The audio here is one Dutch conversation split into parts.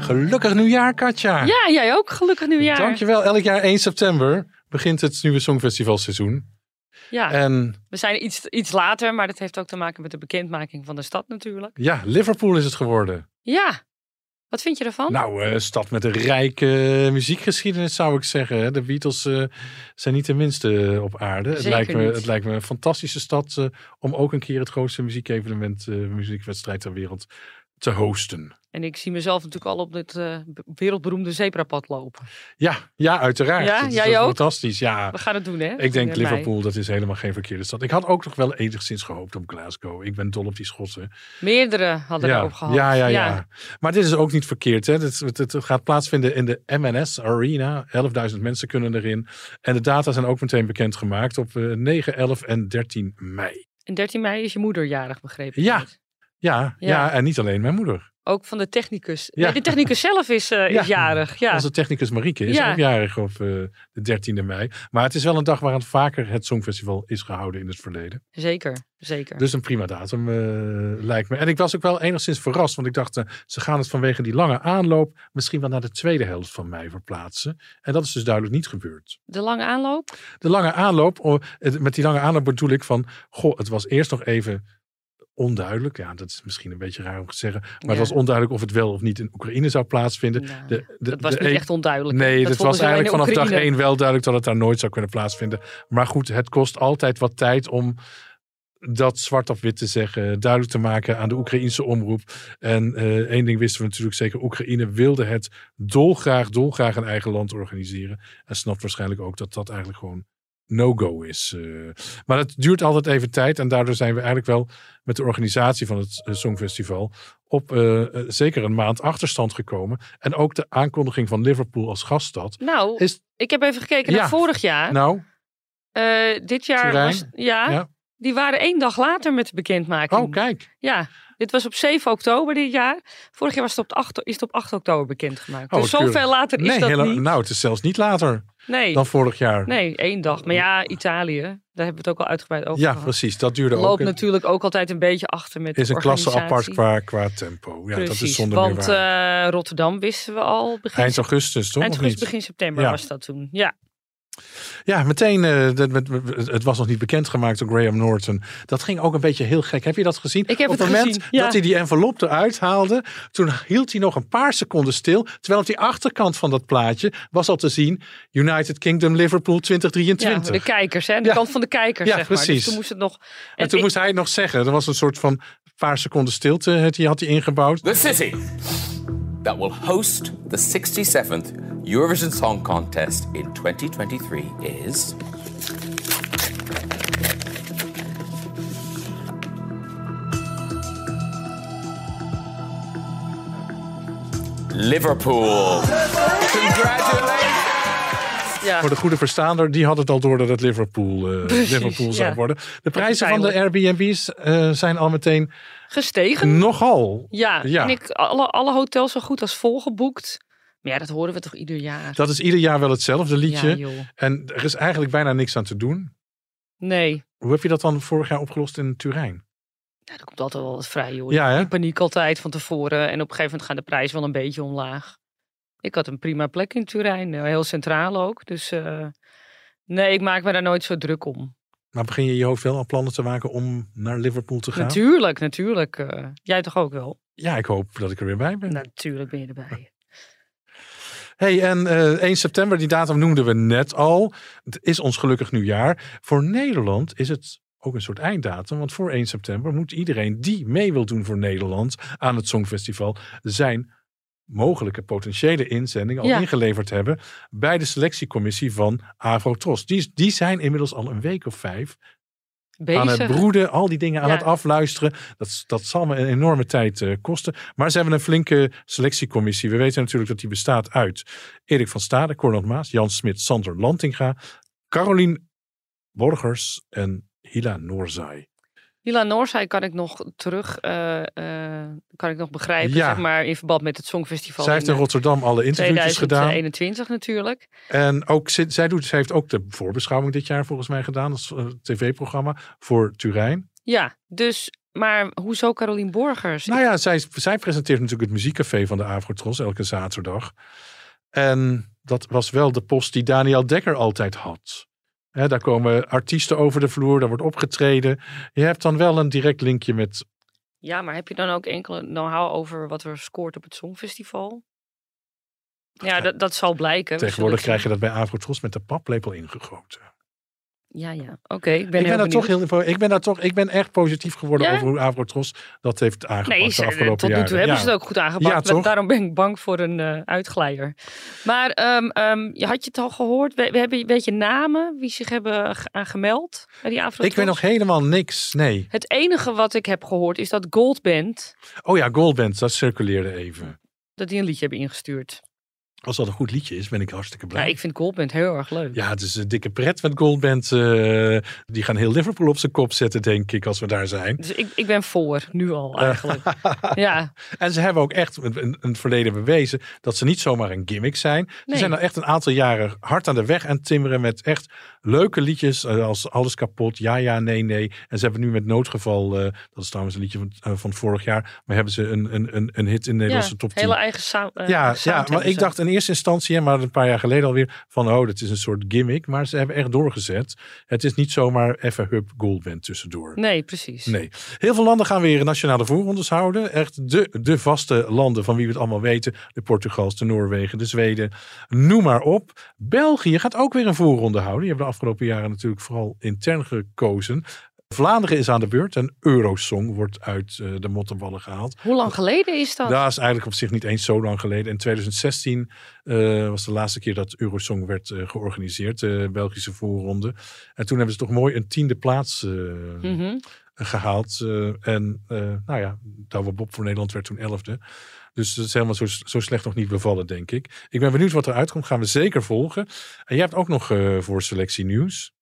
Gelukkig nieuwjaar, Katja. Ja, jij ook. Gelukkig nieuwjaar. Dankjewel. Elk jaar 1 september begint het nieuwe Songfestivalseizoen. Ja, En we zijn iets, iets later, maar dat heeft ook te maken met de bekendmaking van de stad natuurlijk. ja, Liverpool is het geworden. Ja, wat vind je ervan? Nou, eh, stad met een rijke eh, muziekgeschiedenis zou ik zeggen. hè. De Beatles eh, zijn niet de minste eh, op aarde. Het Zeker lijkt, me, niet. het lijkt me een fantastische stad eh, om ook een keer het grootste muziekevenement, eh, muziekwedstrijd ter wereld te hosten. En ik zie mezelf natuurlijk al op dit eh, b- wereldberoemde zebrapad lopen. Ja, ja uiteraard. Ja, Dat is jij toch ook? Fantastisch, ja. We gaan het doen, hè? Eh, Ik denk Met mij. Liverpool, dat is helemaal geen verkeerde stad. Ik had ook nog wel enigszins gehoopt op Glasgow. Ik ben dol op die Schotten. Meerdere hadden ja. erop gehad. Ja, ja, ja, Maar dit is ook niet verkeerd. Hè? Het, het, het gaat plaatsvinden in de MNS Arena. 11.000 mensen kunnen erin. En de data zijn ook meteen bekendgemaakt op eh, 9, 11 en 13 mei. En 13 mei is je moeder jarig, begrepen. Ja. Ja, ja. Ja. en niet alleen mijn moeder. Ook van de technicus. Ja. Nee, de technicus zelf is, eh, Ja. is jarig. Ja. Onze technicus Marieke is Ja. ook jarig op eh, de 13e mei. Maar het is wel een dag waaraan vaker het Songfestival is gehouden in het verleden. Zeker, zeker. Dus een prima datum eh, lijkt me. En ik was ook wel enigszins verrast, want ik dacht, eh, ze gaan het vanwege die lange aanloop misschien wel naar de tweede helft van mei verplaatsen. En dat is dus duidelijk niet gebeurd. De lange aanloop? De lange aanloop, oh, het- met die lange aanloop bedoel ik van, goh, het was eerst nog even onduidelijk. Ja, dat is misschien een beetje raar om te zeggen, maar het Ja. was onduidelijk of het wel of niet in Oekraïne zou plaatsvinden. Nou, De, de, dat was de niet E- echt onduidelijk. Nee, dat, vonden was ze wel in eigenlijk vanaf dag Oekraïne. één wel duidelijk dat het daar nooit zou kunnen plaatsvinden. Maar goed, het kost altijd wat tijd om dat zwart op wit te zeggen, duidelijk te maken aan de Oekraïense omroep. En eh, één ding wisten we natuurlijk zeker, Oekraïne wilde het dolgraag, dolgraag een eigen land organiseren. En snapt waarschijnlijk ook dat dat eigenlijk gewoon no-go is. eh. maar het duurt altijd even tijd en daardoor zijn we eigenlijk wel met de organisatie van het eh, Songfestival op eh, eh, zeker een maand achterstand gekomen. En ook de aankondiging van Liverpool als gaststad Nou, is ik heb even gekeken Ja. naar vorig jaar. nou, Eh, dit jaar Turijn? was... Ja, Ja. die waren één dag later met de bekendmaking. oh kijk, Ja, dit was op 7 oktober dit jaar. Vorig jaar was het op 8, is het op 8 oktober bekendgemaakt. Oh, dus wat keurig. zoveel later is nee, dat hele- niet. nou, het is zelfs niet later nee, dan vorig jaar. nee, één dag. Maar ja, Italië, daar hebben we het ook al uitgebreid over ja, gehad. precies, dat duurde ook. Loopt een- natuurlijk ook altijd een beetje achter met Is de een klasse apart organisatie. qua, qua tempo. Ja, Precies, dat is zonder meer want waar. eh, Rotterdam wisten we al begin, Eind augustus, toch? eind Of augustus, niet? begin september Ja. was dat toen. Ja, Ja, meteen, eh, dat, met- met- het was nog niet bekendgemaakt door Graham Norton. Dat ging ook een beetje heel gek. Heb je dat gezien? Ik heb Op het moment gezien, ja. dat hij die envelop eruit haalde, toen hield hij nog een paar seconden stil. Terwijl op die achterkant van dat plaatje was al te zien United Kingdom Liverpool ja 2023. de kijkers, hè, de Ja. kant van de kijkers. Ja, zeg maar. precies. Dus toen moest het nog. En toen ik- moest hij het nog zeggen. Er was een soort van paar seconden stilte, het- die had hij ingebouwd. The city that will host the 67th Eurovision Song Contest in 2023 is. Liverpool. Congratulations. ja. Voor de goede verstaander, die had het al door dat het Liverpool, eh, Precies, Liverpool zou ja. worden. De prijzen van de Airbnb's eh, zijn al meteen gestegen. nogal. Ja, Ja. en ik alle, alle hotels zo goed als volgeboekt. Maar ja, dat horen we toch ieder jaar. Dat is ieder jaar wel hetzelfde Ja, liedje. joh. en er is eigenlijk bijna niks aan te doen. Nee, nou, Hoe heb je dat dan vorig jaar opgelost in Turijn? dat komt altijd wel wat vrij, joh. Ja, hè? Ik Paniek altijd van tevoren. En op een gegeven moment gaan de prijzen wel een beetje omlaag. Ik had een prima plek in Turijn, eh, heel centraal ook. Dus eh, nee, ik maak me daar nooit zo druk om. Maar begin je in je hoofd wel aan plannen te maken om naar Liverpool te gaan? Natuurlijk, natuurlijk. eh, jij toch ook wel? Ja, ik hoop dat ik er weer bij ben. Natuurlijk ben je erbij. Hey, en eh, 1 september, die datum noemden we net al. Het is ons gelukkig nieuwjaar. Voor Nederland is het ook een soort einddatum. Want voor 1 september moet iedereen die mee wil doen voor Nederland aan het Songfestival zijn mogelijke potentiële inzending al Ja. ingeleverd hebben bij de selectiecommissie van Agrotros. Die, die zijn inmiddels al een week of vijf aan het Bezig. broeden, al die dingen aan Ja. het afluisteren. Dat, dat zal me een enorme tijd eh, kosten. Maar ze hebben een flinke selectiecommissie. We weten natuurlijk dat die bestaat uit Erik van Stade, Cornel Maas, Jan Smit, Sander Lantinga, Caroline Borgers en Hila Noorzai. Hila Noorzai kan ik nog terug, eh, eh, kan ik nog begrijpen, Ja. zeg maar, in verband met het Songfestival Zij heeft in in eh, Rotterdam alle interviews gedaan. 2021 natuurlijk. En ook, ze- zij, doet, zij heeft ook de voorbeschouwing dit jaar volgens mij gedaan. Als eh, tv-programma voor Turijn. Ja, dus, maar hoezo Carolien Borgers? Nou ja, zij, zij presenteert natuurlijk het muziekcafé van de Avrotros elke zaterdag. En dat was wel de post die Daniel Dekker altijd had. Hè, daar komen artiesten over de vloer, daar wordt opgetreden. Je hebt dan wel een direct linkje met. Ja, maar heb je dan ook enkele know-how over wat er scoort op het Songfestival? Ja, dat, dat zal blijken. We Tegenwoordig zullen krijg het je dat bij Avrotros met de paplepel ingegoten. zien. Ja, ja. Oké, ik ben ik, ben heel daar toch benieuwd. heel, voor- ik ben daar toch. Ik ben echt positief geworden Ja? over hoe Avrotros dat heeft aangepakt Nee, de ze- afgelopen tot nu jaren. toe hebben Ja. ze het ook goed aangepakt. Ja, Da- toch? Daarom ben ik bang voor een eh, uitglijer. Maar ehm, ehm, je had je het al gehoord? We, we hebben, weet je namen wie zich hebben ge- aan gemeld bij die Afro Ik weet nog helemaal niks. Nee. Het enige wat ik heb gehoord is dat Goldband Oh ja, Goldband, dat circuleerde even. dat die een liedje hebben ingestuurd. Als dat een goed liedje is, ben ik hartstikke blij. Nou, ik vind Goldband heel erg leuk. Ja, het is een dikke pret met Goldband. eh, die gaan heel Liverpool op zijn kop zetten, denk ik, als we daar zijn. Dus ik, ik ben voor, nu al eigenlijk. ja, En ze hebben ook echt in in het verleden bewezen dat ze niet zomaar een gimmick zijn. Ze Nee. zijn al echt een aantal jaren hard aan de weg aan het timmeren met echt leuke liedjes eh, als Alles Kapot, Ja Ja, Nee Nee. En ze hebben nu met Noodgeval, eh, dat is trouwens een liedje van, eh, van vorig jaar, maar hebben ze een, een, een, een hit in de ja Nederlandse top 10. hele eigen sound. eh, Ja, sound ja maar hebben ik ze. dacht in eerste instantie, hè, maar een paar jaar geleden alweer, van oh, dat is een soort gimmick. Maar ze hebben echt doorgezet. Het is niet zomaar even hup goalband tussendoor. Nee, precies. Nee. Heel veel landen gaan weer nationale voorrondes houden. Echt de, de vaste landen van wie we het allemaal weten. De Portugals, de Noorwegen, de Zweden. Noem maar op. België gaat ook weer een voorronde houden. Die hebben de afgelopen jaren natuurlijk vooral intern gekozen. Vlaanderen is aan de beurt en Eurosong wordt uit eh, de mottenballen gehaald. Hoe lang geleden is dat? Dat is eigenlijk op zich niet eens zo lang geleden. In 2016 eh, was de laatste keer dat Eurosong werd eh, georganiseerd, de Belgische voorronde. En toen hebben ze toch mooi een tiende plaats eh, Mhm. gehaald. Eh, en eh, nou ja, Douwe Bob voor Nederland werd toen elfde. Dus dat is helemaal zo, zo slecht nog niet bevallen, denk ik. Ik ben benieuwd wat eruit komt. Gaan we zeker volgen. En jij hebt ook nog eh, voor selectie nieuws.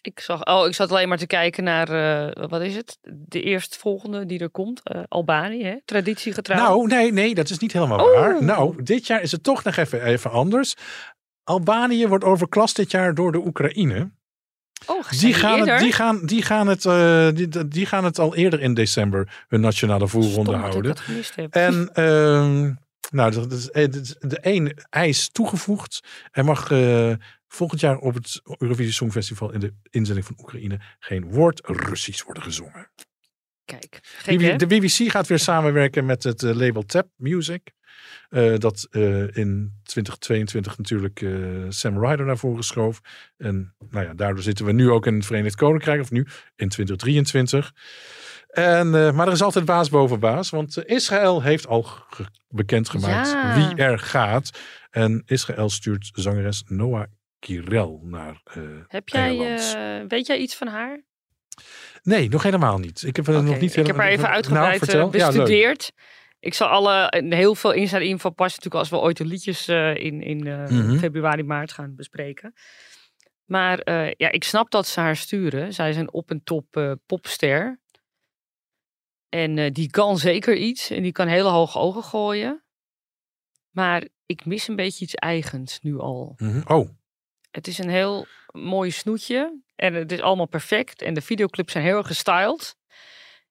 Ik zag, oh, ik zat alleen maar te kijken naar, eh, wat is het? De eerstvolgende die er komt, eh, Albanië, hè? traditiegetrouw. Nou, nee, nee, dat is niet helemaal Oh. waar. Nou, dit jaar is het toch nog even, even anders. Albanië wordt overklast dit jaar door de Oekraïne. oh, Die gaan, het, die, die gaan, die, gaan het, eh, die, die gaan het al eerder in december hun nationale voorronde Dat ik houden. dat gemist heb. En ehm, nou, dat is, eh, dat is de één eis toegevoegd. Er mag eh, volgend jaar op het Eurovisie Songfestival in de inzending van Oekraïne geen woord Russisch worden gezongen. Kijk, gek, BB hè? de BBC gaat weer samenwerken met het eh, label Tap Music. Eh, dat eh, in 2022 natuurlijk eh, Sam Ryder naar voren schoof. En nou ja, daardoor zitten we nu ook in het Verenigd Koninkrijk, of nu in 2023. En, eh, maar er is altijd baas boven baas, want eh, Israël heeft al ge- bekendgemaakt Ja. wie er gaat. En Israël stuurt zangeres Noah Kirel naar. eh, Heb jij, Engeland. eh, weet jij iets van haar? nee, nog helemaal niet. Ik heb er nog Oké, niet ik heb haar even Nou, uitgebreid eh, vertel. Ja, leuk. bestudeerd. ik zal alle, en heel veel inside info passen natuurlijk als we ooit de liedjes eh, in, in eh, Mhm. februari, maart gaan bespreken. Maar eh, ja, ik snap dat ze haar sturen. Zij is een op en top eh, popster. En eh, die kan zeker iets. En die kan hele hoge ogen gooien. Maar ik mis een beetje iets eigens nu al. Mhm. Oh, Het is een heel mooi snoetje. En het is allemaal perfect. En de videoclips zijn heel erg gestyled.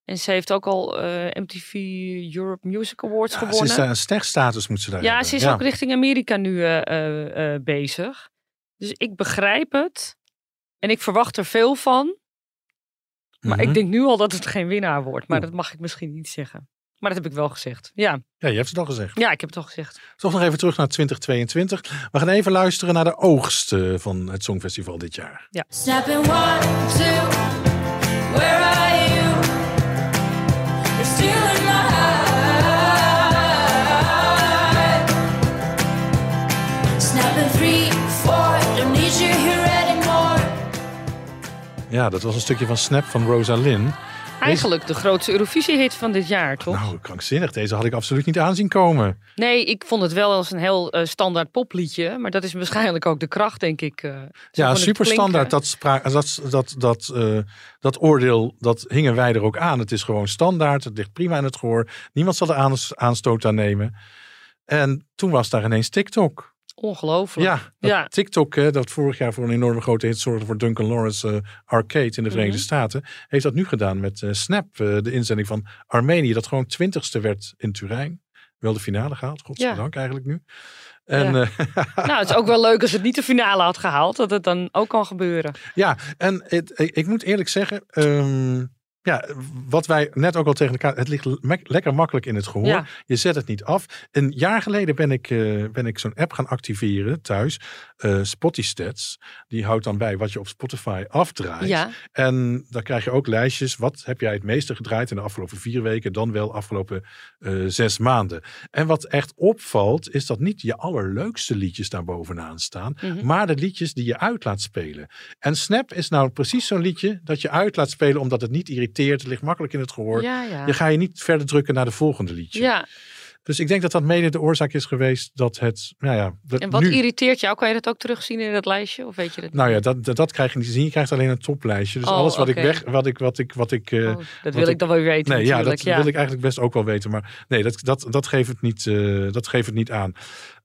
En ze heeft ook al eh, MTV Europe Music Awards Ja, gewonnen. Ze is daar een sterkstatus moet ze daar ja, hebben. ze is ook richting Amerika nu eh, eh, eh, bezig. Dus ik begrijp het. En ik verwacht er veel van. Maar Mhm. ik denk nu al dat het geen winnaar wordt. Maar Oeh. dat mag ik misschien niet zeggen. Maar dat heb ik wel gezegd. Ja, Ja, je hebt het al gezegd. ja ik heb het al gezegd. Toch nog even terug naar 2022. We gaan even luisteren naar de oogst eh, van het Songfestival dit jaar. Snapping one, two, where are you? You're still in my heart. Ja, dat was een stukje van Snap van Rosa Lynn. Eigenlijk de grootste Eurovisie-hit van dit jaar, toch? Nou, krankzinnig. Deze had ik absoluut niet aanzien komen. Nee, ik vond het wel als een heel eh, standaard popliedje. Maar dat is waarschijnlijk ook de kracht, denk ik. eh, zo van Ja, het super standaard. Dat, spra- dat, dat, dat, eh, dat oordeel, dat hingen wij er ook aan. Het is gewoon standaard. Het ligt prima in het gehoor. Niemand zal er aan- aanstoot aan nemen. En toen was daar ineens TikTok. klinken. Ongelooflijk. Ja, dat Ja. TikTok, hè, dat vorig jaar voor een enorme grote hit zorgde voor Duncan Lawrence eh, Arcade in de Verenigde Mhm. Staten, heeft dat nu gedaan met eh, Snap, eh, de inzending van Armenië, dat gewoon twintigste werd in Turijn. Wel de finale gehaald, godzijdank eigenlijk nu. En, Ja. eh, Nou, het is ook wel leuk als het niet de finale had gehaald. Dat het dan ook kan gebeuren. Ja, en het- ik, ik moet eerlijk zeggen, ehm, ja, wat wij net ook al tegen elkaar, het ligt le- lekker makkelijk in het gehoor. Ja. Je zet het niet af. Een jaar geleden ben ik, eh, ben ik zo'n app gaan activeren thuis, eh Spotistats. Die houdt dan bij wat je op Spotify afdraait. Ja. En dan krijg je ook lijstjes. Wat heb jij het meeste gedraaid in de afgelopen vier weken? Dan wel afgelopen eh, zes maanden. En wat echt opvalt, is dat niet je allerleukste liedjes daar bovenaan staan. Mhm. Maar de liedjes die je uit laat spelen. En Snap is nou precies zo'n liedje dat je uit laat spelen. Omdat het niet irriteert. Het ligt makkelijk in het gehoor. Ja, ja. Je ga je niet verder drukken naar de volgende liedje. Ja, Dus ik denk dat dat mede de oorzaak is geweest dat het... Nou ja, dat en wat nu, irriteert jou? Kan je dat ook terugzien in dat lijstje? Of weet je dat niet? nou ja, dat, dat, dat krijg je niet te zien. Je krijgt alleen een toplijstje. Dus Oh, alles wat oké. ik weg, wat ik, wat ik, wat ik eh, Oh, dat wil want ik ik- dan wel weer weten Nee, ja, natuurlijk. dat wil ik eigenlijk best ook wel weten. Maar nee, dat, dat, dat, geeft het niet, eh, dat geeft het niet aan.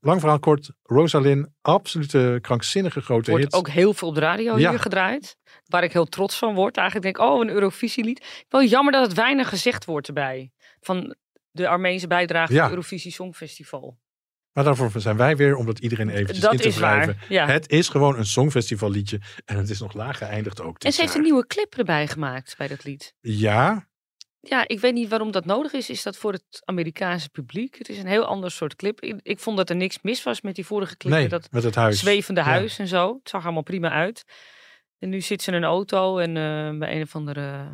Lang verhaal kort. Rosalind, absolute krankzinnige grote Wordt hit. ook heel veel op de radio Ja. hier gedraaid. Waar ik heel trots van word. Eigenlijk denk ik, oh, een Eurovisielied. Wel jammer dat het weinig gezegd wordt erbij. Van de Armeense bijdrage Ja. van het Eurovisie Songfestival. Maar daarvoor zijn wij weer om dat iedereen eventjes Dat in te is waar, wrijven. ja. Het is gewoon een songfestivalliedje. En het is nog laag geëindigd ook. En dit ze heeft jaar. een nieuwe clip erbij gemaakt bij dat lied. Ja, Ja, ik weet niet waarom dat nodig is. Is dat voor het Amerikaanse publiek? Het is een heel ander soort clip. Ik, ik vond dat er niks mis was met die vorige clip. nee, dat met het huis. zwevende Ja. huis en zo. Het zag er allemaal prima uit. En nu zit ze in een auto en eh, bij een of andere...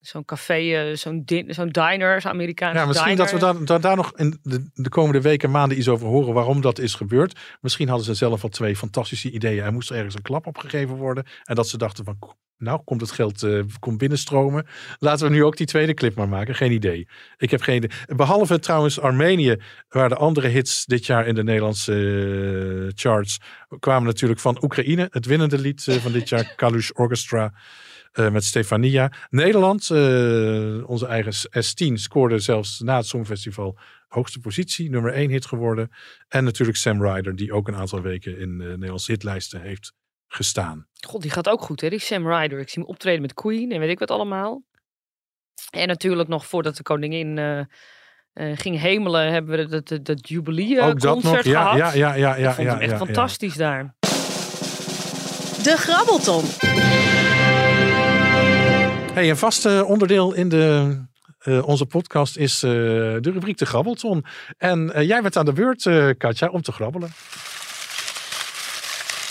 Zo'n café, eh, zo'n din- zo'n diner, zo'n Amerikaanse Ja, misschien dat we diner. daar, daar, daar nog in de, de komende weken, maanden iets over horen waarom dat is gebeurd. Misschien hadden ze zelf al twee fantastische ideeën. Er moest ergens een klap op gegeven worden. En dat ze dachten van, nou komt het geld eh, komt binnenstromen. Laten we nu ook die tweede clip maar maken. Geen idee. Ik heb geen idee. Behalve trouwens Armenië, waar de andere hits dit jaar in de Nederlandse eh, charts kwamen natuurlijk van Oekraïne. Het winnende lied eh, van dit jaar, Kalush Orchestra. eh, met Stefania. Nederland, eh, onze eigen S10, scoorde zelfs na het Songfestival hoogste positie, nummer 1 hit geworden. En natuurlijk Sam Ryder, die ook een aantal weken in eh, de Nederlandse hitlijsten heeft gestaan. God, die gaat ook goed, hè? Die Sam Ryder. Ik zie hem optreden met Queen en weet ik wat allemaal. En natuurlijk nog voordat de koningin eh, eh, ging hemelen, hebben we dat, dat, dat ook dat nog. jubilee-concert Ja, gehad. ja, ja, ja, ja. ik vond ja, hem echt ja, ja. fantastisch daar. De Grabbelton. Hey, een vast eh, onderdeel in de, eh, onze podcast is eh, de rubriek de grabbelton. En eh, jij werd aan de beurt, eh, Katja, om te grabbelen.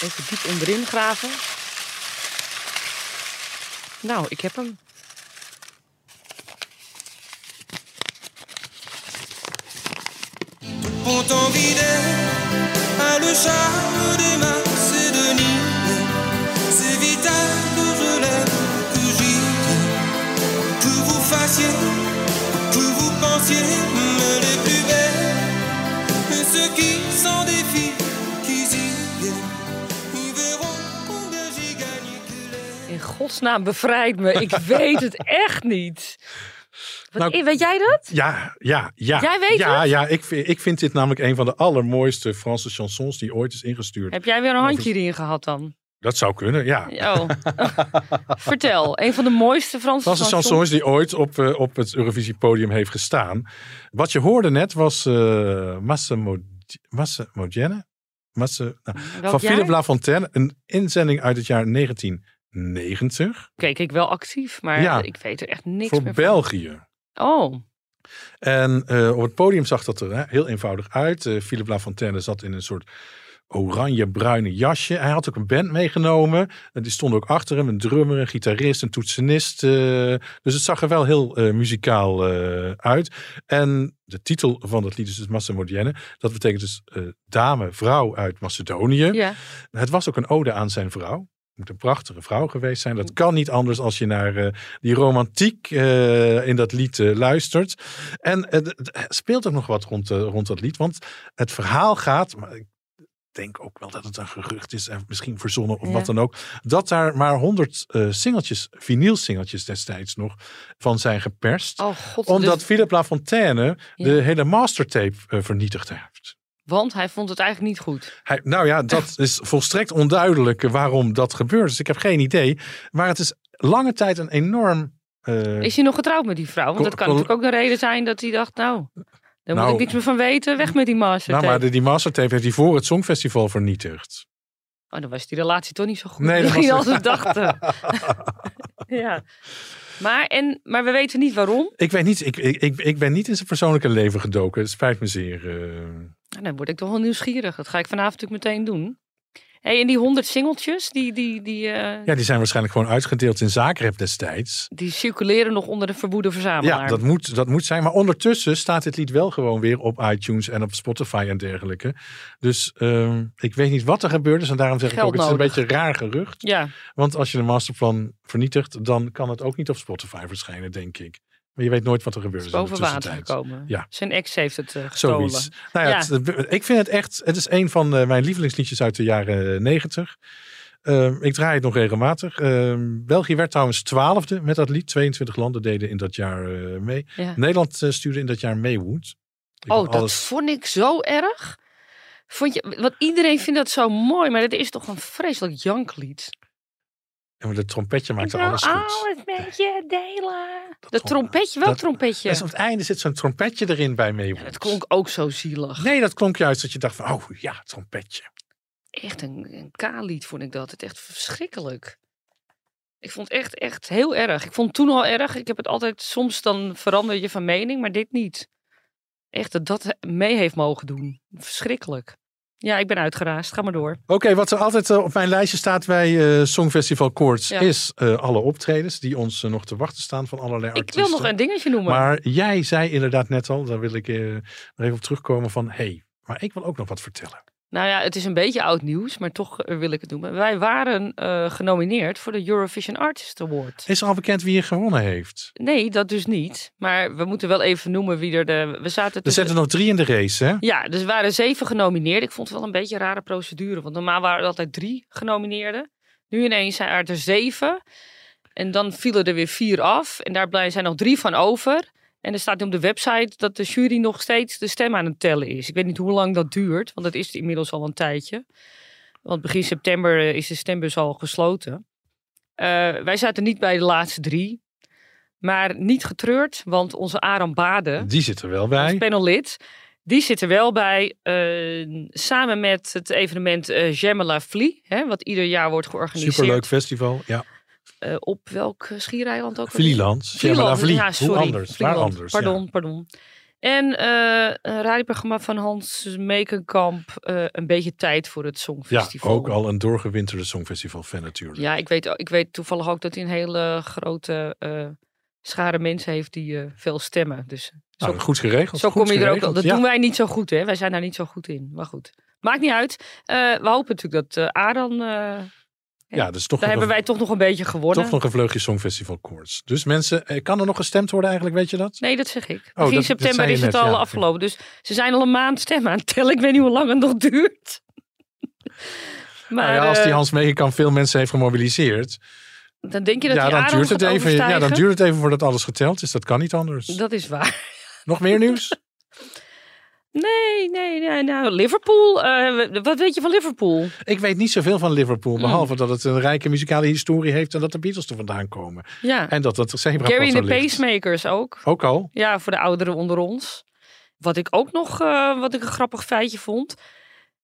Even diep onderin graven. Nou, ik heb hem. On t'en vidait à le charme de Macédonie. C'est vital que je l'aime, que j'y tienne. que vous fassiez, que vous pensiez me les plus belles. Mais ceux qui s'en défient, qu'ils y viennent, ils verront combien j'ai gagné que l'air. In godsnaam, bevrijd me. Ik weet het echt niet. Wat, Nou, eh, weet jij dat? Ja, ja, ja. Jij weet ja, het? Ja, ik, vind- ik vind dit namelijk een van de allermooiste Franse chansons die ooit is ingestuurd. Heb jij weer een handje erin gehad dan? Dat zou kunnen, ja. Oh. Vertel, een van de mooiste Franse, Franse chansons. chansons die ooit op, eh, op het Eurovisie podium heeft gestaan. Wat je hoorde net was eh Massimo, Massimo Gianni? Massa- nou, Welk van jaar? Philippe Lafontaine. Een inzending uit het jaar 1990 keek ik wel actief, maar Ja. ik weet er echt niks voor meer België. van. Oh, En eh, op het podium zag dat er hè, heel eenvoudig uit. Eh Philippe Lafontaine zat in een soort oranje-bruine jasje. Hij had ook een band meegenomen. En die stond ook achter hem. Een drummer, een gitarist, een toetsenist. eh, dus het zag er wel heel eh, muzikaal eh, uit. En de titel van dat lied is dus Macedonienne. Dat betekent dus eh, dame, vrouw uit Macedonië. ja. Het was ook een ode aan zijn vrouw. moet een prachtige vrouw geweest zijn. Mm. Dat kan niet anders als je naar eh, die romantiek eh, in dat lied eh, luistert. En eh, d- d- speelt er nog wat rond, eh, rond dat lied. Want het verhaal gaat, maar ik denk ook wel dat het een gerucht is en misschien verzonnen of Ja. wat dan ook, dat daar maar honderd eh singeltjes, vinylsingeltjes destijds nog, van zijn geperst. Oh god. omdat dus- Philip Lafontaine Ja. de hele mastertape eh, vernietigd heeft. want hij vond het eigenlijk niet goed. Hij, nou ja, dat is volstrekt onduidelijk eh, waarom dat gebeurt. Dus ik heb geen idee. Maar het is lange tijd een enorm. eh, Is hij nog getrouwd met die vrouw? Want Ko- dat kan ko- natuurlijk ook de reden zijn dat hij dacht, nou, daar Nou, moet ik niks meer van weten. Weg met die master. nou, maar de, die mastertape heeft hij voor het Songfestival vernietigd. Oh, dan was die relatie toch niet zo goed. Nee, dat Misschien was- als we dachten. eh. ja. Maar, en, maar we weten niet waarom. Ik weet niet, ik, ik, ik, ik ben niet in zijn persoonlijke leven gedoken. Het spijt me zeer. eh. Nou, dan word ik toch wel nieuwsgierig. Dat ga ik vanavond natuurlijk meteen doen. hey, en die honderd singeltjes, die, die, die, eh, ja, die zijn waarschijnlijk gewoon uitgedeeld in Zagreb destijds. die circuleren nog onder de verboede verzamelaar. Ja, dat moet, dat moet zijn. Maar ondertussen staat dit lied wel gewoon weer op iTunes en op Spotify en dergelijke. Dus ehm, ik weet niet wat er gebeurd is. En daarom zeg ik Geld ook, het is een nodig. beetje een raar gerucht. Ja. Want als je de masterplan vernietigt, dan kan het ook niet op Spotify verschijnen, denk ik. Maar je weet nooit wat er gebeurt. is boven water gekomen. Ja. Zijn ex heeft het eh, gestolen. Zoiets. Nou ja, Ja. het- ik vind het echt, het is een van eh, mijn lievelingsliedjes uit de jaren eh, negentig. Ehm, ik draai het nog regelmatig. Ehm, België werd trouwens twaalfde met dat lied. 22 landen deden in dat jaar eh, mee. Ja. Nederland eh, stuurde in dat jaar mee Wood. Ik Oh, vond dat vond ik zo erg. Vond je, want iedereen vindt dat zo mooi, maar dat is toch een vreselijk janklied. Ja, maar dat trompetje maakte Ik wil alles goed. alles oh, met je delen. Nou, Dat, trom- trompetje, wel dat- trompetje. Dus op het einde zit zo'n trompetje erin bij mee Ja, dat klonk ook zo zielig. Nee, dat klonk juist dat je dacht van, oh ja, trompetje. Echt een, een K-lied vond ik dat. Het echt verschrikkelijk. Ik vond het echt, echt heel erg. Ik vond het toen al erg. Ik heb het altijd, soms dan verander je van mening, maar dit niet. Echt dat dat mee heeft mogen doen. Verschrikkelijk. Ja, ik ben uitgeraasd. Ga maar door. Oké, wat er altijd eh, op mijn lijstje staat bij eh Songfestival Koorts Ja. is eh, alle optredens die ons eh, nog te wachten staan van allerlei Ik artiesten. wil nog een dingetje noemen. Maar jij zei inderdaad net al, daar wil ik eh, nog even op terugkomen van, hey, maar ik wil ook nog wat vertellen. Nou ja, het is een beetje oud nieuws, maar toch eh, wil ik het noemen. Wij waren eh, genomineerd voor de Eurovision Artist Award. Is al bekend wie je gewonnen heeft? Nee, dat dus niet. Maar we moeten wel even noemen wie er de... We zaten Er tussen- zitten nog drie in de race, hè? Ja, dus er waren zeven genomineerden. Ik vond het wel een beetje een rare procedure. Want normaal waren er altijd drie genomineerden. Nu ineens zijn er er zeven. En dan vielen er weer vier af. En daar blij- zijn nog drie van over. En er staat nu op de website dat de jury nog steeds de stem aan het tellen is. Ik weet niet hoe lang dat duurt, want dat is inmiddels al een tijdje. Want begin september eh, is de stembus al gesloten. Eh, wij zaten niet bij de laatste drie. Maar niet getreurd, want onze Aram Baden, Die zit er wel als bij. panellid. Die zit er wel bij, eh, samen met het evenement eh Gemela Vlie, hè, wat ieder jaar wordt georganiseerd. Superleuk festival. Ja. Eh, op welk schiereiland ook? alweer? Vlieland. Shermela Vlieland, Vlie. ja, Hoe sorry, anders? Waar Vlieland. anders? ja. Pardon, pardon. En eh een radioprogramma van Hans Mekenkamp, eh, Een beetje tijd voor het Ja, Songfestival. ook al een doorgewinterde Songfestival fan natuurlijk. Ja, ik weet, ik weet toevallig ook dat hij een hele grote eh, schare mensen heeft die eh, veel stemmen. Dus zo Nou, goed geregeld. Zo goed kom je er ook geregeld, Dat ja. doen wij niet zo goed, hè? Wij zijn daar niet zo goed in. Maar goed, maakt niet uit. Eh, we hopen natuurlijk dat eh Aran. eh, Ja, dat is toch daar nog hebben een- wij toch nog een beetje gewonnen. Toch nog een vleugje Songfestival koorts. Dus mensen, eh, kan er nog gestemd worden eigenlijk, weet je dat? Nee, dat zeg ik. Oh, dat- Begin dat september zei je is het net, al ja. afgelopen. Dus ze zijn al een maand stemmen aan het tellen. Ik weet niet hoe lang het nog duurt. maar Nou ja, als die eh, Hans Megenkamp veel mensen heeft gemobiliseerd, dan denk je dat ja, die dan Aran duurt het gaat even, ja, dan overstijgen? duurt het even voordat alles geteld is. Dat kan niet anders. Dat is waar. Nog meer nieuws? Nee, nee, nee. Nou, Liverpool. eh, wat weet je van Liverpool? Ik weet niet zoveel van Liverpool, Mm. behalve dat het een rijke muzikale historie heeft en dat de Beatles er vandaan komen. Ja. En dat dat zebra Gary en de ligt. Pacemakers ook. Ook al. Ja, voor de ouderen onder ons. Wat ik ook nog eh, wat ik een grappig feitje vond.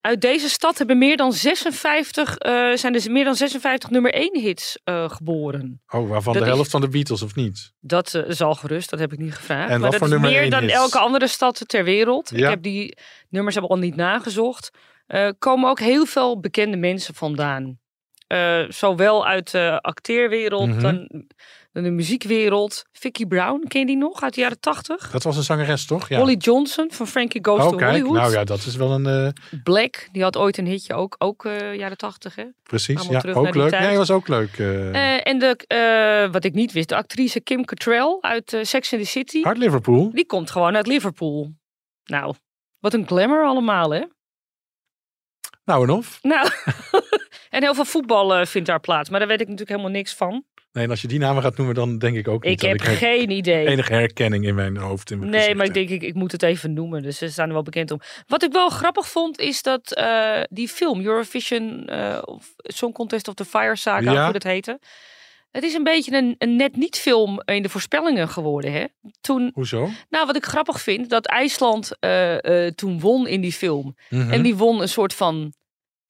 Uit deze stad hebben meer dan 56, eh, zijn dus meer dan 56 nummer 1 hits eh, geboren. Oh, waarvan Dat de is- helft van de Beatles, of niet? Dat eh, is al gerust, dat heb ik niet En gevraagd. maar wat dat voor is nummer meer één dan hits? elke andere stad ter wereld. Ik Ja. heb die nummers heb ik al niet nagezocht. Eh komen ook heel veel bekende mensen vandaan. Eh, zowel uit de acteerwereld, Mhm. dan dan de muziekwereld. Vicky Brown, ken je die nog uit de jaren tachtig? Dat was een zangeres, toch? Ja. Holly Johnson van Frankie Goes oh, to kijk. Hollywood. Nou ja, dat is wel een... eh, Black, die had ooit een hitje ook, ook eh, jaren tachtig. Hè? precies. Allemaal Ja, terug naar ook die leuk. tijd. Nee, was ook leuk. eh Eh, en de, eh, wat ik niet wist, de actrice Kim Cattrall uit eh, Sex and the City. Hard Liverpool. Die komt gewoon uit Liverpool. Nou, wat een glamour allemaal, hè? Nou en of. Nou, en heel veel voetbal eh, vindt daar plaats. Maar daar weet ik natuurlijk helemaal niks van. Nee, en als je die namen gaat noemen, dan denk ik ook niet Ik dat heb ik her- geen idee. enige herkenning in mijn hoofd. In mijn Nee, gezicht maar ik heb. denk, ik, ik moet het even noemen. Dus ze staan er wel bekend om. Wat ik wel grappig vond, is dat eh, die film, Eurovision eh, of Song Contest of the Fire Saga, Ja. hoe dat heette. Het is een beetje een, een net niet film in de voorspellingen geworden. Hè? Toen, Hoezo? nou, wat ik grappig vind, dat IJsland eh, eh, toen won in die film. Mhm. En die won een soort van.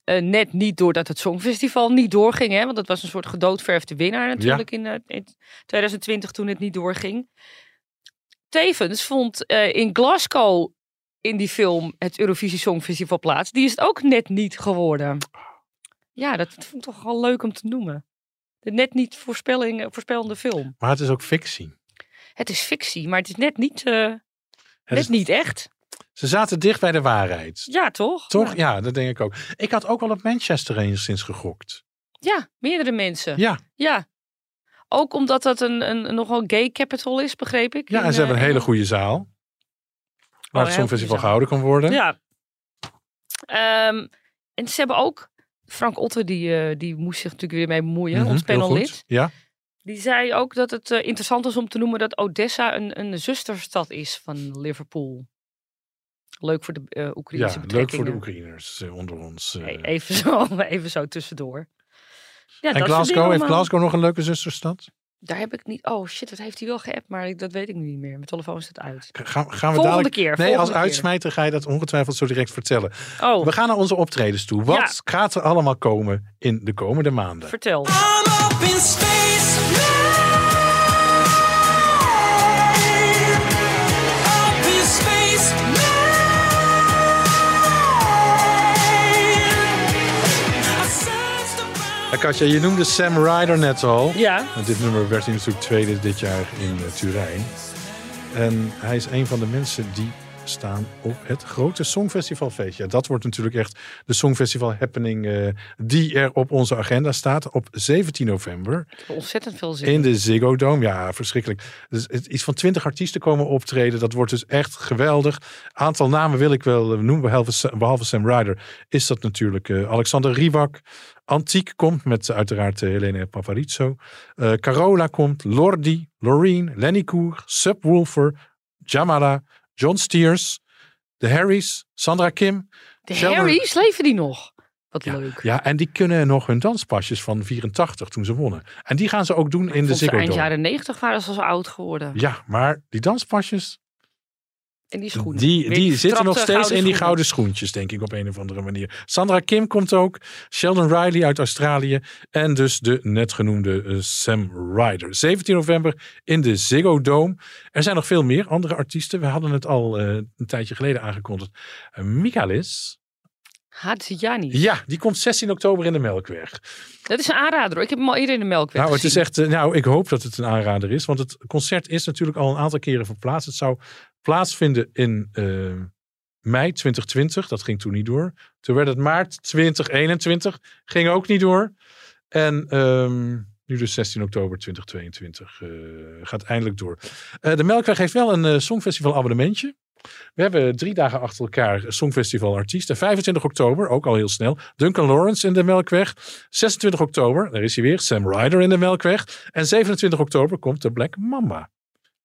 eh, net niet doordat het Songfestival niet doorging. Hè? Want dat was een soort gedoodverfde winnaar natuurlijk in, eh, in 2020 toen het niet doorging. Tevens vond eh, in Glasgow in die film het Eurovisie Songfestival plaats. Die is het ook net niet geworden. Ja, dat vond ik toch wel leuk om te noemen. De net niet voorspelling, eh, voorspellende film. Maar het is ook fictie. Het is fictie, maar het is net niet, eh, Het net is- niet echt. Ze zaten dicht bij de waarheid. Ja, toch? Toch? Ja, Ja, dat denk ik ook. Ik had ook wel op Manchester enigszins gegokt. ja meerdere mensen. Ja, Ja. Ook omdat dat een, een, een nogal gay capital is, begreep ik. ja in, en ze hebben een eh, hele goede zaal. Waar een hele het goede Songfestival zaal. gehouden kan worden. Ja. Ehm, en ze hebben ook... Frank Otter, die, eh, die moest zich natuurlijk weer mee bemoeien, Mhm, ons heel goed. panellid. Ja, Die zei ook dat het eh, interessant is om te noemen dat Odessa een, een zusterstad is van Liverpool. Leuk voor de eh Oekraïnse ja leuk voor betrekkingen. de Oekraïners eh, onder ons. eh. E- Even zo, even zo tussendoor. en Ja, dat soort dingen Glasgow, heeft allemaal. Glasgow nog een leuke zusterstad? Daar heb ik niet... Oh shit, dat heeft hij wel geappt, maar ik- dat weet ik nu niet meer. Mijn telefoon staat uit. Ga- Gaan, gaan we Volgende dadelijk... keer, Nee, volgende als keer. uitsmijter ga je dat ongetwijfeld zo direct vertellen. Oh, We gaan naar onze optredens toe. Wat gaat er allemaal komen in de komende maanden? vertel. I'm up in space now. Up in space now. I searched around. Ja, Katja, je noemde Sam Ryder net al. Ja. Want dit nummer werd hij natuurlijk tweede dit jaar in eh, Turijn. En hij is een van de mensen die staan op het grote Songfestivalfeest. Ja, dat wordt natuurlijk echt de Songfestival happening eh, die er op onze agenda staat op 17 november ontzettend veel zin. in de Ziggo Dome. Ja, verschrikkelijk. Dus het- iets van 20 artiesten komen optreden. Dat wordt dus echt geweldig. Aantal namen wil ik wel eh, noemen, behalve, Sa- behalve Sam Ryder. Is dat natuurlijk eh, Alexander Riewak. Antiek komt met eh, uiteraard eh, Helene Paparizzo. Eh, Carola komt, Lordi, Loreen, Lenny Koer, Subwoofer, Jamala, John Steers, de Harrys, Sandra Kim. De Zelma- Harry's, leven die nog? Wat Ja, leuk. ja, en die kunnen nog hun danspasjes van 84 toen ze wonnen. En die gaan ze ook doen in de Vond ze Ziggo eind Dome. jaren negentig waren ze al zo oud geworden. Ja, maar die danspasjes, En die schoenen. die, Weer die zitten nog vertrapte steeds in die schoenen. gouden schoentjes, denk ik, op een of andere manier. Sandra Kim komt ook, Sheldon Riley uit Australië en dus de net genoemde eh, Sam Ryder. 17 november in de Ziggo Dome. Er zijn nog veel meer andere artiesten. We hadden het al eh, een tijdje geleden aangekondigd. Eh, Michaelis, Hadjiani. ja, die komt 16 oktober in de Melkweg. Dat is een aanrader hoor. Ik heb hem al eerder in de melkweg Nou, het is gezien. echt, eh, nou, ik hoop dat het een aanrader is. Want het concert is natuurlijk al een aantal keren verplaatst. Het zou plaatsvinden in eh, mei 2020. Dat ging toen niet door. Toen werd het maart 2021. Ging ook niet door. En ehm, nu dus 16 oktober 2022. eh, gaat eindelijk door. Eh, de Melkweg heeft wel een eh, Songfestival abonnementje. We hebben drie dagen achter elkaar Songfestival artiesten. 25 oktober, ook al heel snel. Duncan Lawrence in de Melkweg. 26 oktober, daar is hij weer. Sam Ryder in de Melkweg. En 27 oktober komt de Black Mamba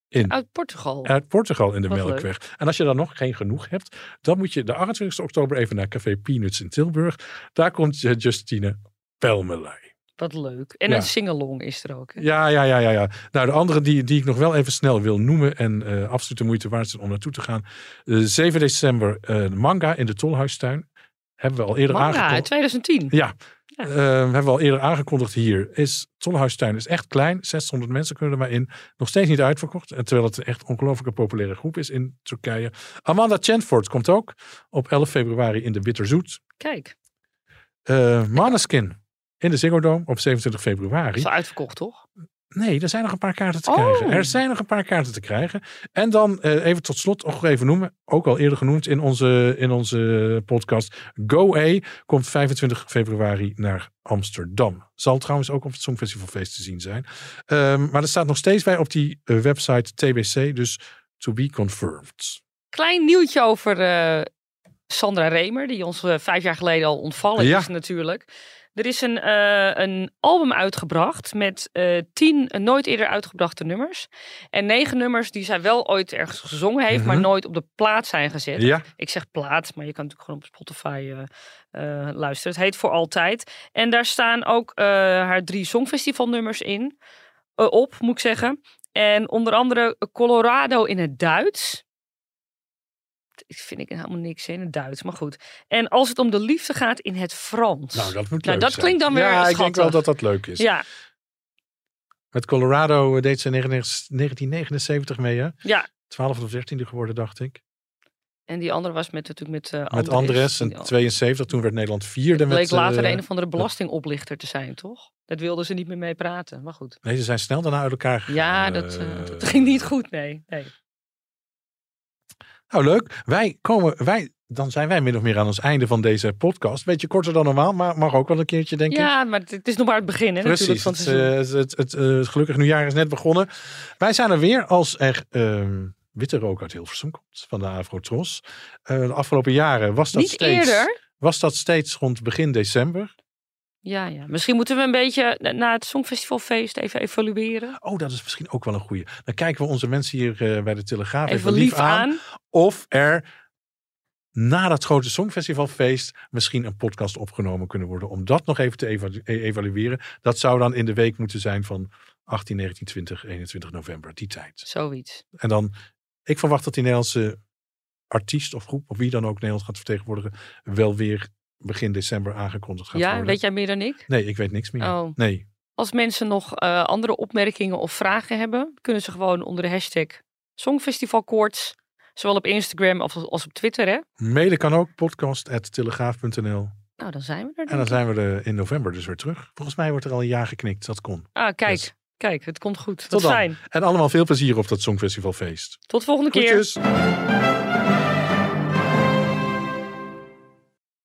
in. Uit Portugal. Uit Portugal in de Wat leuk. Melkweg. En als je dan nog geen genoeg hebt, dan moet je de 28 oktober even naar Café Peanuts in Tilburg. Daar komt eh, Justine Pelmelij. Wat leuk. En Ja. een singalong is er ook. hè? Ja, ja, ja, ja, ja. Nou, de andere die, die ik nog wel even snel wil noemen en eh, absoluut de moeite waard zijn om naartoe te gaan. Eh, 7 december, eh, manga in de Tolhuistuin. Hebben we al eerder Manga uit aangekondigd. 2010. Ja. Eh, hebben we al eerder aangekondigd hier. Is, Tolhuistuin is echt klein. 600 mensen kunnen er maar in. Nog steeds niet uitverkocht. En Terwijl het een echt ongelooflijke populaire groep is in Turkije. Amanda Chenford komt ook op 11 februari in de Bitterzoet. Kijk, Eh Maneskin in de Ziggo Dome op 27 dat is februari. al uitverkocht toch? Nee, er zijn nog een paar kaarten te Oh. krijgen. Er zijn nog een paar kaarten te krijgen. En dan eh, even tot slot nog even noemen. Ook al eerder genoemd in onze, in onze podcast. Go A komt 25 februari naar Amsterdam. Zal trouwens ook op het Songfestivalfeest te zien zijn. Ehm, maar er staat nog steeds bij op die eh, website TBC. Dus to be confirmed. Klein nieuwtje over eh, Sandra Remer, die ons eh, vijf jaar geleden al ontvallen Ja. is natuurlijk. Er is een, eh, een album uitgebracht met eh, tien nooit eerder uitgebrachte nummers. En negen nummers die zij wel ooit ergens gezongen heeft, Mhm. maar nooit op de plaat zijn gezet. Ja, Ik zeg plaat, maar je kan natuurlijk gewoon op Spotify eh, eh, luisteren. Het heet Voor Altijd. En daar staan ook eh, haar drie songfestivalnummers in. eh, op, moet ik zeggen. En onder andere Colorado in het Duits. Dat vind ik helemaal niks in het Duits, maar goed. En als het om de liefde gaat in het Frans. nou dat moet Nou, leuk dat zijn. klinkt dan weer Ja, ik denk wel schattig. dat dat leuk is. ja, Met Colorado eh, deed ze 99 1979 mee hè? ja. 12 of 13e geworden dacht ik. En die andere was met, natuurlijk met eh Met Andres en 72. Toen werd Nederland vierde. Het bleek met, later eh, een of andere belastingoplichter te zijn, toch? Dat wilden ze niet meer mee praten, maar goed. Nee, ze zijn snel daarna uit elkaar gegaan. Ja, dat, eh, Eh, dat ging niet goed, nee. nee. Nou, leuk. Wij komen, wij, dan zijn wij min of meer aan ons einde van deze podcast. Beetje korter dan normaal, maar mag ook wel een keertje, denk ik. Ja, maar het- het is nog maar het begin, hè, natuurlijk, Precies. van het Het, seizoen. eh, het, het, eh, het gelukkig nieuwjaar is net begonnen. Wij zijn er weer als er ehm, witte rook uit Hilversum komt van de Avrotros. Eh de afgelopen jaren was dat, Niet steeds, eerder. was dat steeds rond begin december. Ja, ja. Misschien moeten we een beetje na- na het Songfestivalfeest even evalueren. Oh, dat is misschien ook wel een goeie. Dan kijken we onze mensen hier eh, bij de Telegraaf Even, lief aan. of er na dat grote Songfestivalfeest misschien een podcast opgenomen kunnen worden. Om dat nog even te eva- e- evalueren. Dat zou dan in de week moeten zijn van 18, 19, 20, 21 november, die tijd. Zoiets. En dan, ik verwacht dat die Nederlandse artiest of groep, of wie dan ook Nederland gaat vertegenwoordigen, wel weer begin december aangekondigd gaat ja, worden. weet jij meer dan ik? Nee, ik weet niks meer. Oh. Nee, Als mensen nog eh, andere opmerkingen of vragen hebben, kunnen ze gewoon onder de hashtag Songfestivalkoorts, zowel op Instagram als, als op Twitter, hè? mailen kan ook, podcast.telegraaf.nl. Nou, dan zijn we En er. denk dan ik. zijn we er in november dus weer terug. Volgens mij wordt er al een jaar geknikt, dat kon. Ah, kijk. Yes. Kijk, het komt goed. Wat Tot dan. fijn. En allemaal veel plezier op dat Songfestivalfeest. Tot volgende keer. Groetjes. Thank